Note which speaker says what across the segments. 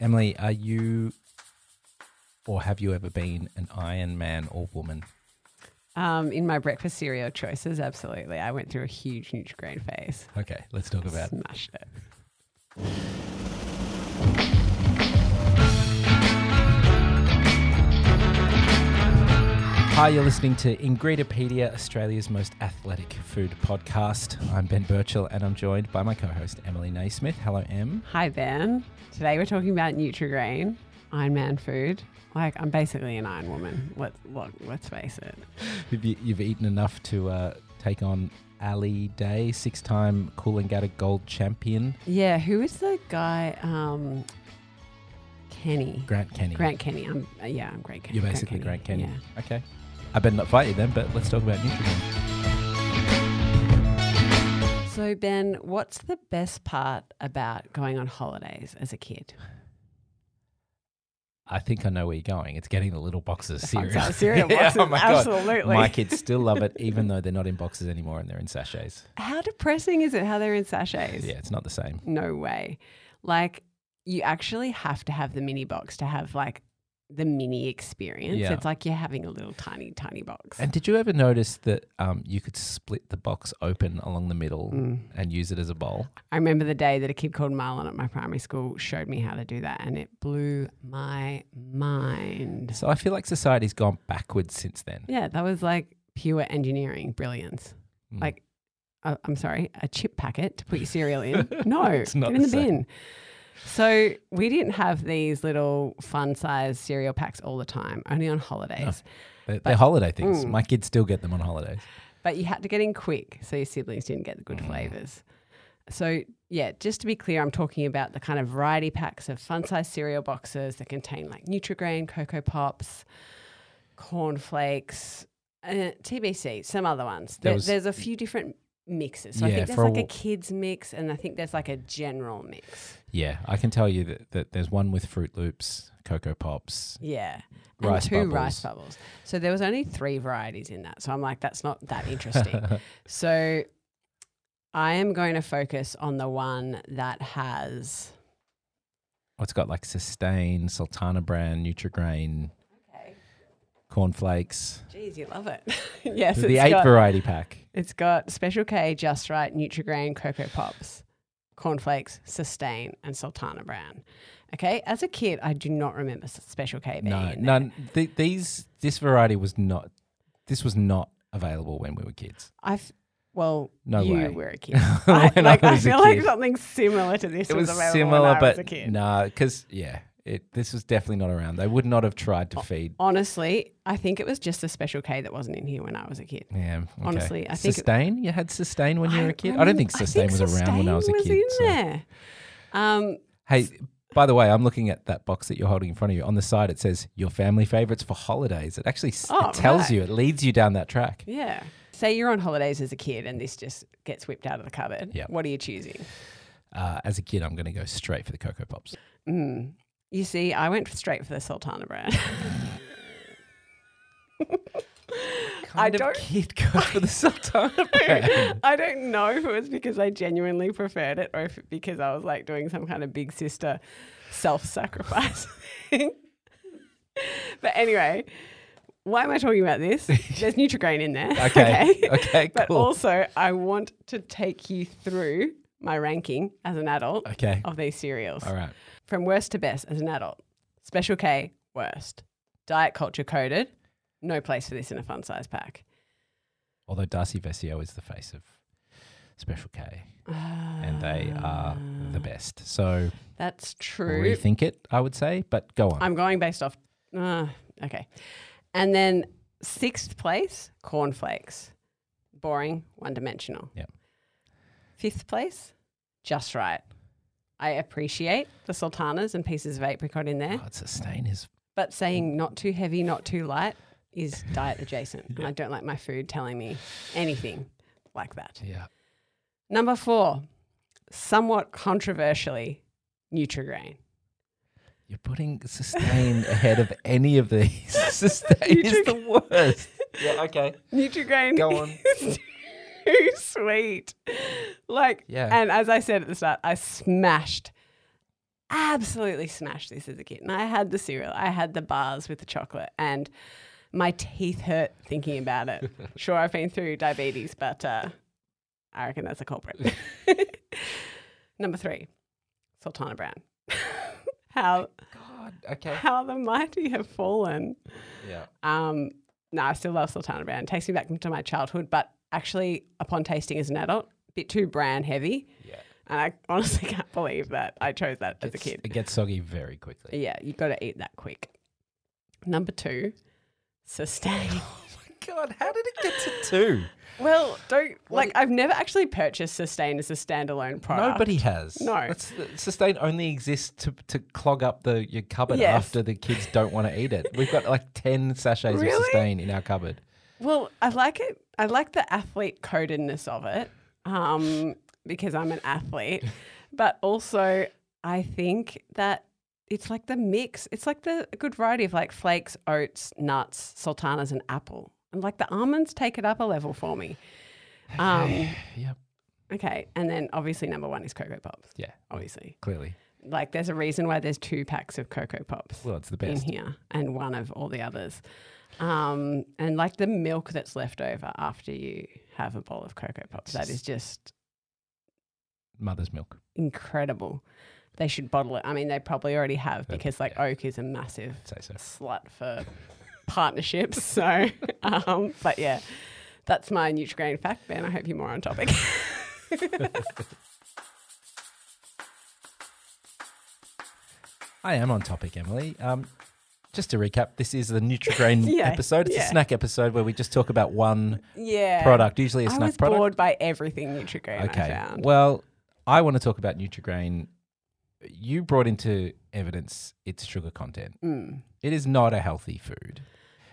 Speaker 1: Emily, are you or have you ever been an Iron Man or woman?
Speaker 2: Um, in my breakfast cereal choices, absolutely. I went through a huge Nutri-Grain phase.
Speaker 1: Okay, let's talk about it.
Speaker 2: Smashed it.
Speaker 1: Hi, you're listening to Ingredipedia, Australia's most athletic food podcast. I'm Ben Birchall and I'm joined by my co host, Emily Naismith. Hello, Em.
Speaker 2: Hi, Ben. Today we're talking about Nutri-Grain, Iron Man food. Like, I'm basically an Iron Woman. Let, look, let's face it.
Speaker 1: Have you, you've eaten enough to uh, take on Ali Day, six time Coolangatta gold champion,
Speaker 2: Yeah, who is the guy? Um, Kenny.
Speaker 1: Grant Kenny.
Speaker 2: Grant Kenny. I'm, uh, yeah, I'm Grant Kenny.
Speaker 1: You're basically Grant Kenny.
Speaker 2: Yeah.
Speaker 1: Okay. I better not fight you then, but let's talk about nutrition.
Speaker 2: So, Ben, what's the best part about going on holidays as a kid?
Speaker 1: I think I know where you're going. It's getting the little boxes of cereal.
Speaker 2: Fun size cereal
Speaker 1: Yeah,
Speaker 2: boxes,
Speaker 1: oh my God.
Speaker 2: absolutely.
Speaker 1: My kids still love it, even though they're not in boxes anymore and they're in sachets.
Speaker 2: How depressing is it how they're in sachets?
Speaker 1: Yeah, it's not the same.
Speaker 2: No way. Like, you actually have to have the mini box to have like the mini experience.
Speaker 1: Yeah.
Speaker 2: It's like you're having a little tiny, tiny box.
Speaker 1: And did you ever notice that um, you could split the box open along the middle
Speaker 2: Mm.
Speaker 1: and use it as a bowl?
Speaker 2: I remember the day that a kid called Marlon at my primary school showed me how to do that, and it blew my mind.
Speaker 1: So I feel like society's gone backwards since then.
Speaker 2: Yeah, that was like pure engineering brilliance.
Speaker 1: Mm.
Speaker 2: Like, uh, I'm sorry, a chip packet to put your cereal in. No,
Speaker 1: It's not
Speaker 2: get in
Speaker 1: the
Speaker 2: the,
Speaker 1: same.
Speaker 2: bin. So we didn't have these little fun-sized cereal packs all the time, only on holidays.
Speaker 1: They're, they're holiday things.
Speaker 2: Mm.
Speaker 1: My kids still get them on holidays.
Speaker 2: But you had to get in quick, so your siblings didn't get the
Speaker 1: Mm.
Speaker 2: good flavors. So yeah, just to be clear, I'm talking about the kind of variety packs of fun-sized cereal boxes that contain like Nutri-Grain, Cocoa Pops, Corn Flakes, uh, TBC, some other ones.
Speaker 1: There
Speaker 2: There,
Speaker 1: was-
Speaker 2: there's a few different mixes. So I
Speaker 1: Yeah,
Speaker 2: think there's
Speaker 1: for a
Speaker 2: like a
Speaker 1: wh-
Speaker 2: kids mix, and I think there's like a general mix.
Speaker 1: Yeah, I can tell you that, that there's one with Fruit Loops, Cocoa Pops.
Speaker 2: Yeah.
Speaker 1: Rice
Speaker 2: and two rice
Speaker 1: bubbles.
Speaker 2: bubbles. So there was only three varieties in that. So I'm like, that's not that interesting. so I am going to focus on the one that has
Speaker 1: Oh, it's got like Sustain, Sultana brand, Nutrigrain,
Speaker 2: Okay.
Speaker 1: Cornflakes.
Speaker 2: Geez, you love it. yes,
Speaker 1: the
Speaker 2: it's
Speaker 1: eight
Speaker 2: got,
Speaker 1: variety pack.
Speaker 2: it's got Special K, Just Right, Nutri-Grain, Cocoa Pops, Cornflakes, Sustain, and Sultana Brown. Okay, as a kid, I do not remember S- Special K being
Speaker 1: No,
Speaker 2: in there.
Speaker 1: none. Th- these this variety was not. This was not available when we were kids.
Speaker 2: I've well,
Speaker 1: No
Speaker 2: you
Speaker 1: way.
Speaker 2: were a kid. I,
Speaker 1: When I
Speaker 2: like I,
Speaker 1: was a
Speaker 2: feel like
Speaker 1: kid.
Speaker 2: something similar to this
Speaker 1: It
Speaker 2: was,
Speaker 1: was
Speaker 2: available
Speaker 1: similar,
Speaker 2: when I
Speaker 1: but
Speaker 2: was a kid.
Speaker 1: nah, because yeah, it this was definitely not around. They would not have tried to feed.
Speaker 2: Honestly, I think it was just a special K that wasn't in here when I was a kid.
Speaker 1: Yeah, okay.
Speaker 2: honestly, I think it-
Speaker 1: sustain. You had sustain when you were a kid. I, don't think
Speaker 2: mean, I
Speaker 1: sustain was around when I was a
Speaker 2: Sustain
Speaker 1: kid.
Speaker 2: in
Speaker 1: so-
Speaker 2: there. Um,
Speaker 1: Hey, by the way, I'm looking at that box that you're holding in front of you. On the side, it says your family favorites for holidays. It actually s
Speaker 2: Oh,
Speaker 1: it tells
Speaker 2: right.
Speaker 1: you. It leads you down that track.
Speaker 2: yeah. Say you're on holidays as a kid and this just gets whipped out of the cupboard.
Speaker 1: Yep.
Speaker 2: What are you choosing?
Speaker 1: Uh, as a kid, I'm going to go straight for the cocoa pops.
Speaker 2: Mm. You see, I went straight for the Sultana brand.
Speaker 1: Kind of
Speaker 2: don't-
Speaker 1: kid goes for the sultana brand.
Speaker 2: I don't know if it was because I genuinely preferred it or if it because I was like doing some kind of big sister self sacrifice thing. but anyway, why am I talking about this? There's Nutrigrain in there.
Speaker 1: Okay. Okay,
Speaker 2: But
Speaker 1: cool.
Speaker 2: also, I want to take you through my ranking as an adult
Speaker 1: Okay.
Speaker 2: of these cereals
Speaker 1: All right.
Speaker 2: from worst to best as an adult. Special K, worst. Diet culture coded, no place for this in a fun size pack.
Speaker 1: Although Darcy Vesio is the face of Special K, and they are the best. So
Speaker 2: That's Ah. true.
Speaker 1: rethink it, I would say. But go on.
Speaker 2: I'm going based off. Uh, okay. And then sixth place, cornflakes. Boring, one dimensional.
Speaker 1: Yep.
Speaker 2: Fifth place, just right. I appreciate the sultanas and pieces of apricot in there,
Speaker 1: God, sustain is
Speaker 2: but saying not too heavy, not too light is diet adjacent. And I don't like my food telling me anything like that.
Speaker 1: yeah.
Speaker 2: Number four, somewhat controversially, Nutrigrain.
Speaker 1: You're putting sustain ahead of any of these. sustain is the worst. Yeah. Okay.
Speaker 2: Nutrigrain
Speaker 1: Go on.
Speaker 2: is too sweet. Like,
Speaker 1: Yeah.
Speaker 2: and as I said at the start, I smashed absolutely smashed this as a kid. And I had the cereal, I had the bars with the chocolate, and my teeth hurt thinking about it. sure, I've been through diabetes, but uh, I reckon that's a culprit. Number three, Sultana Brown. how
Speaker 1: God. Okay.
Speaker 2: how the mighty have fallen.
Speaker 1: Yeah.
Speaker 2: Um, no, I still love Sultana Brown. It takes me back to my childhood, but actually, upon tasting as an adult, a bit too bran heavy.
Speaker 1: Yeah.
Speaker 2: And I honestly can't believe that I chose that as a
Speaker 1: It's-
Speaker 2: kid.
Speaker 1: It gets soggy very quickly.
Speaker 2: Yeah, you got to eat that quick. Number two, sustain.
Speaker 1: God, how did it get to two?
Speaker 2: well, don't like I've never actually purchased sustain as a standalone product.
Speaker 1: Nobody has.
Speaker 2: No.
Speaker 1: That's, the- sustain only exists to, to clog up the your cupboard
Speaker 2: Yes.
Speaker 1: after the kids don't want to eat it. We've got like 10 sachets of
Speaker 2: Really?
Speaker 1: sustain in our cupboard.
Speaker 2: Well, I like it. I like the athlete codedness of it um, because I'm an athlete, but also I think that it's like the mix. It's like the a good variety of like flakes, oats, nuts, sultanas, and apple. And like the almonds take it up a level for me. Um,
Speaker 1: Yep.
Speaker 2: okay, and then obviously number one is cocoa pops.
Speaker 1: Yeah,
Speaker 2: Obviously,
Speaker 1: clearly.
Speaker 2: like there's a reason why there's two packs of cocoa pops
Speaker 1: Well, it's the
Speaker 2: in
Speaker 1: best.
Speaker 2: here and one of all the others. Um, and like the milk that's left over after you have a bowl of Cocoa Pops, that is just
Speaker 1: Mother's milk.
Speaker 2: incredible. They should bottle it. I mean, they probably already have
Speaker 1: They-
Speaker 2: because like
Speaker 1: yeah.
Speaker 2: Oak is a massive
Speaker 1: I'd say so.
Speaker 2: slut for partnerships. So, um, but yeah, that's my Nutrigrain fact, Ben. I hope you're more on topic.
Speaker 1: I am on topic, Emily. Um, just to recap, this is the Nutrigrain
Speaker 2: Yeah,
Speaker 1: episode. It's a
Speaker 2: yeah.
Speaker 1: snack episode where we just talk about one
Speaker 2: yeah.
Speaker 1: product, usually a
Speaker 2: I
Speaker 1: snack
Speaker 2: was
Speaker 1: product.
Speaker 2: bored by everything Nutrigrain I found.
Speaker 1: Well, I want to talk about Nutrigrain. You brought into evidence its sugar content.
Speaker 2: Mm.
Speaker 1: It is not a healthy food.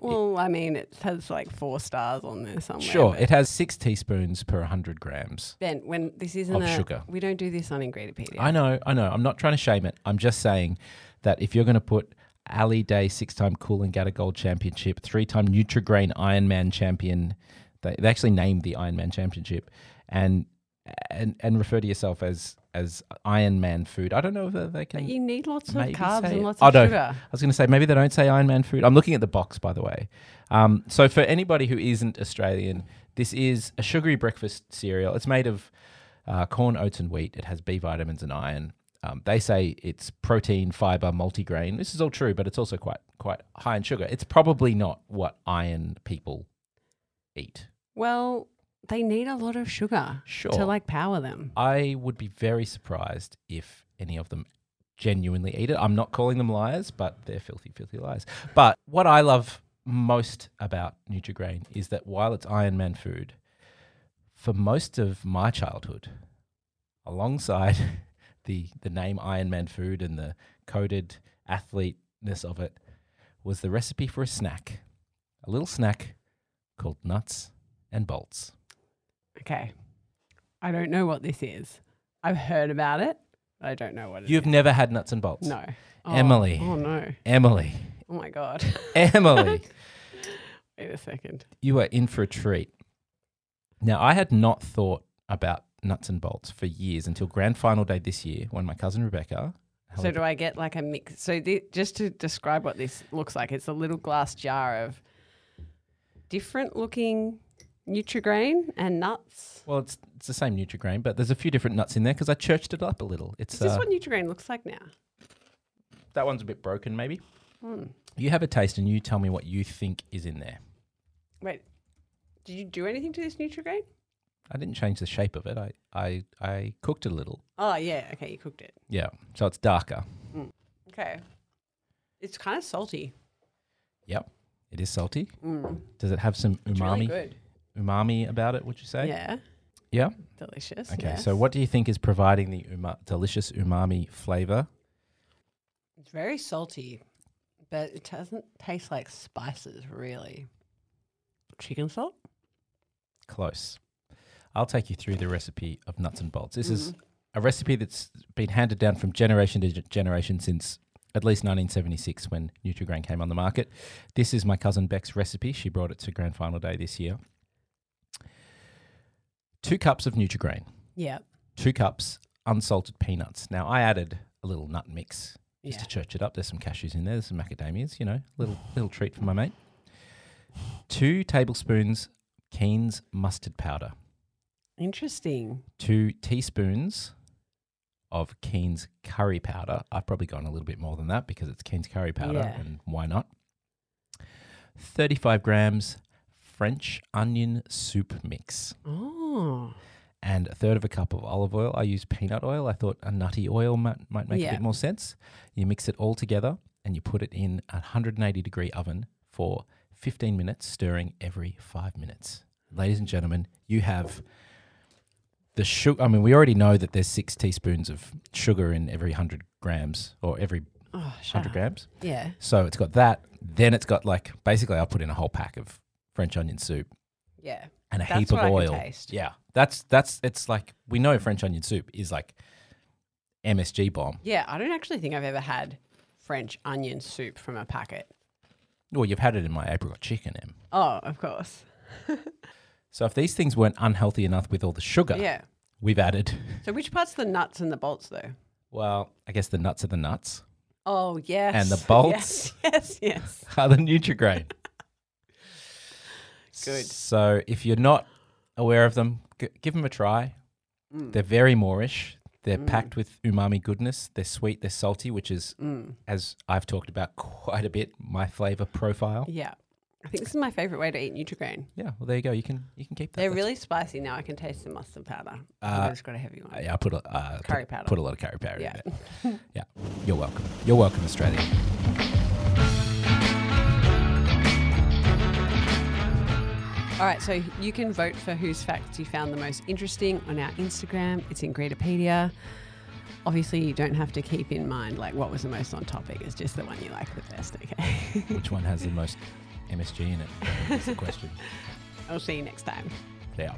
Speaker 2: Well, I mean, it has like four stars on there somewhere.
Speaker 1: Sure,
Speaker 2: but-
Speaker 1: it has six teaspoons per 100 grams.
Speaker 2: Ben, when this isn't
Speaker 1: Of
Speaker 2: a,
Speaker 1: sugar.
Speaker 2: we don't do this on Ingredipedia.
Speaker 1: I know, I know. I'm not trying to shame it. I'm just saying that if you're going to put Ali Day six time Coolangatta Gold Championship, three time Nutrigrain Ironman champion, they, they actually named the Ironman Championship, and and and refer to yourself as as Ironman food. I don't know if they
Speaker 2: But
Speaker 1: can.
Speaker 2: you need lots of
Speaker 1: Maybe
Speaker 2: carbs
Speaker 1: say-
Speaker 2: and lots
Speaker 1: Oh,
Speaker 2: of
Speaker 1: no.
Speaker 2: sugar.
Speaker 1: I was going to say maybe they don't say Iron Man food. I'm looking at the box, by the way. Um, so for anybody who isn't Australian, this is a sugary breakfast cereal. It's made of uh, corn, oats, and wheat. It has B vitamins and iron. Um, they say it's protein, fiber, multigrain. This is all true, but it's also quite quite high in sugar. It's probably not what iron people eat.
Speaker 2: Well, they need a lot of sugar
Speaker 1: Sure.
Speaker 2: to like power them.
Speaker 1: I would be very surprised if any of them genuinely eat it. I'm not calling them liars, but they're filthy, filthy liars. But what I love most about Nutrigrain is that while it's Iron Man food, for most of my childhood, alongside the the name Iron Man food and the coded athleteness of it, was the recipe for a snack, a little snack called nuts and bolts.
Speaker 2: Okay. I don't know what this is. I've heard about it, but I don't know what it is.
Speaker 1: You've never had nuts and bolts,
Speaker 2: No. Oh,
Speaker 1: Emily.
Speaker 2: Oh, no.
Speaker 1: Emily.
Speaker 2: Oh, my God.
Speaker 1: Emily,
Speaker 2: Wait a second.
Speaker 1: you are in for a treat. Now, I had not thought about nuts and bolts for years until grand final day this year when my cousin Rebecca.
Speaker 2: So, do I get like a mix? So, thi- just to describe what this looks like, it's a little glass jar of different looking Nutrigrain and nuts.
Speaker 1: well, it's, it's the same Nutrigrain, but there's a few different nuts in there because I churched it up a little.
Speaker 2: Is
Speaker 1: It's
Speaker 2: this
Speaker 1: uh,
Speaker 2: what Nutrigrain looks like now?
Speaker 1: that one's a bit broken, maybe.
Speaker 2: Hmm.
Speaker 1: You have a taste and you tell me what you think is in there.
Speaker 2: Wait, did you do anything to this Nutrigrain?
Speaker 1: I didn't change the shape of it. I I, I cooked it a little.
Speaker 2: Oh yeah, okay, you cooked it.
Speaker 1: Yeah, so it's darker.
Speaker 2: Okay, it's kind of salty.
Speaker 1: Yep, it is salty.
Speaker 2: Mm.
Speaker 1: Does it have some
Speaker 2: It's
Speaker 1: umami
Speaker 2: really good.
Speaker 1: umami about it? Would you say?
Speaker 2: Yeah,
Speaker 1: Yeah.
Speaker 2: delicious.
Speaker 1: Okay,
Speaker 2: yes.
Speaker 1: so what do you think is providing the uma- delicious umami flavor?
Speaker 2: It's very salty, but it doesn't taste like spices really. Chicken salt.
Speaker 1: Close. I'll take you through the recipe of nuts and bolts. This is
Speaker 2: Mm-hmm.
Speaker 1: a recipe that's been handed down from generation to ge- generation since at least 1976 when Nutrigrain came on the market. This is my cousin Beck's recipe. She brought it to grand final day this year. Two cups of Nutrigrain,
Speaker 2: Yeah.
Speaker 1: two cups unsalted peanuts. Now I added a little nut mix just
Speaker 2: Yeah.
Speaker 1: to church it up. There's some cashews in there. There's some macadamias. You know, little little treat for my mate. Two tablespoons Keen's mustard powder.
Speaker 2: Interesting.
Speaker 1: Two teaspoons of Keen's curry powder. I've probably gone a little bit more than that because it's Keen's curry powder,
Speaker 2: Yeah.
Speaker 1: and why not? Thirty-five grams French onion soup mix.
Speaker 2: Oh.
Speaker 1: and a third of a cup of olive oil. I use peanut oil. I thought a nutty oil might, might make a
Speaker 2: Yeah.
Speaker 1: bit more sense. You mix it all together and you put it in a 180 degree oven for 15 minutes, stirring every five minutes. Ladies and gentlemen, you have the sugar. I mean, we already know that there's six teaspoons of sugar in every 100 grams or every
Speaker 2: Oh, shut
Speaker 1: 100
Speaker 2: up.
Speaker 1: grams.
Speaker 2: Yeah.
Speaker 1: So it's got that. Then it's got like basically, I put in a whole pack of French onion soup
Speaker 2: Yeah.
Speaker 1: and a
Speaker 2: That's
Speaker 1: heap
Speaker 2: what I
Speaker 1: of
Speaker 2: could
Speaker 1: oil.
Speaker 2: taste.
Speaker 1: Yeah, that's that's it's like we know French onion soup is like MSG bomb.
Speaker 2: Yeah. I don't actually think I've ever had French onion soup from a packet.
Speaker 1: Well, you've had it in my apricot chicken, Em.
Speaker 2: Oh, of course.
Speaker 1: So if these things weren't unhealthy enough with all the sugar
Speaker 2: Yeah.
Speaker 1: we've added,
Speaker 2: So which part's the nuts and the bolts though?
Speaker 1: well, I guess the nuts are the nuts
Speaker 2: Oh yes.
Speaker 1: And the bolts?
Speaker 2: Yes, yes, yes.
Speaker 1: are the Nutrigrain.
Speaker 2: Good.
Speaker 1: So if you're not aware of them, g- give them a try.
Speaker 2: Mm.
Speaker 1: They're very Moorish. They're packed with umami goodness. They're sweet. They're salty, which is,
Speaker 2: Mm.
Speaker 1: as I've talked about quite a bit, my flavor profile.
Speaker 2: Yeah. I think this is my favorite way to eat Nutrigrain.
Speaker 1: Yeah, well, there you go. You can you can keep that.
Speaker 2: They're really spicy now. I can taste the mustard powder. I've just got a heavy one.
Speaker 1: Yeah, Uh, I put a uh,
Speaker 2: Curry
Speaker 1: put,
Speaker 2: powder.
Speaker 1: put a lot of curry powder
Speaker 2: Yeah.
Speaker 1: in there. yeah, you're welcome. You're welcome, Australia.
Speaker 2: All right, so you can vote for whose facts you found the most interesting on our Instagram. It's in Greedopedia. Obviously, you don't have to keep in mind like what was the most on topic. It's just the one you like the best. Okay,
Speaker 1: Which one has the most MSG in it? That's the question.
Speaker 2: I'll see you next time.
Speaker 1: Yeah.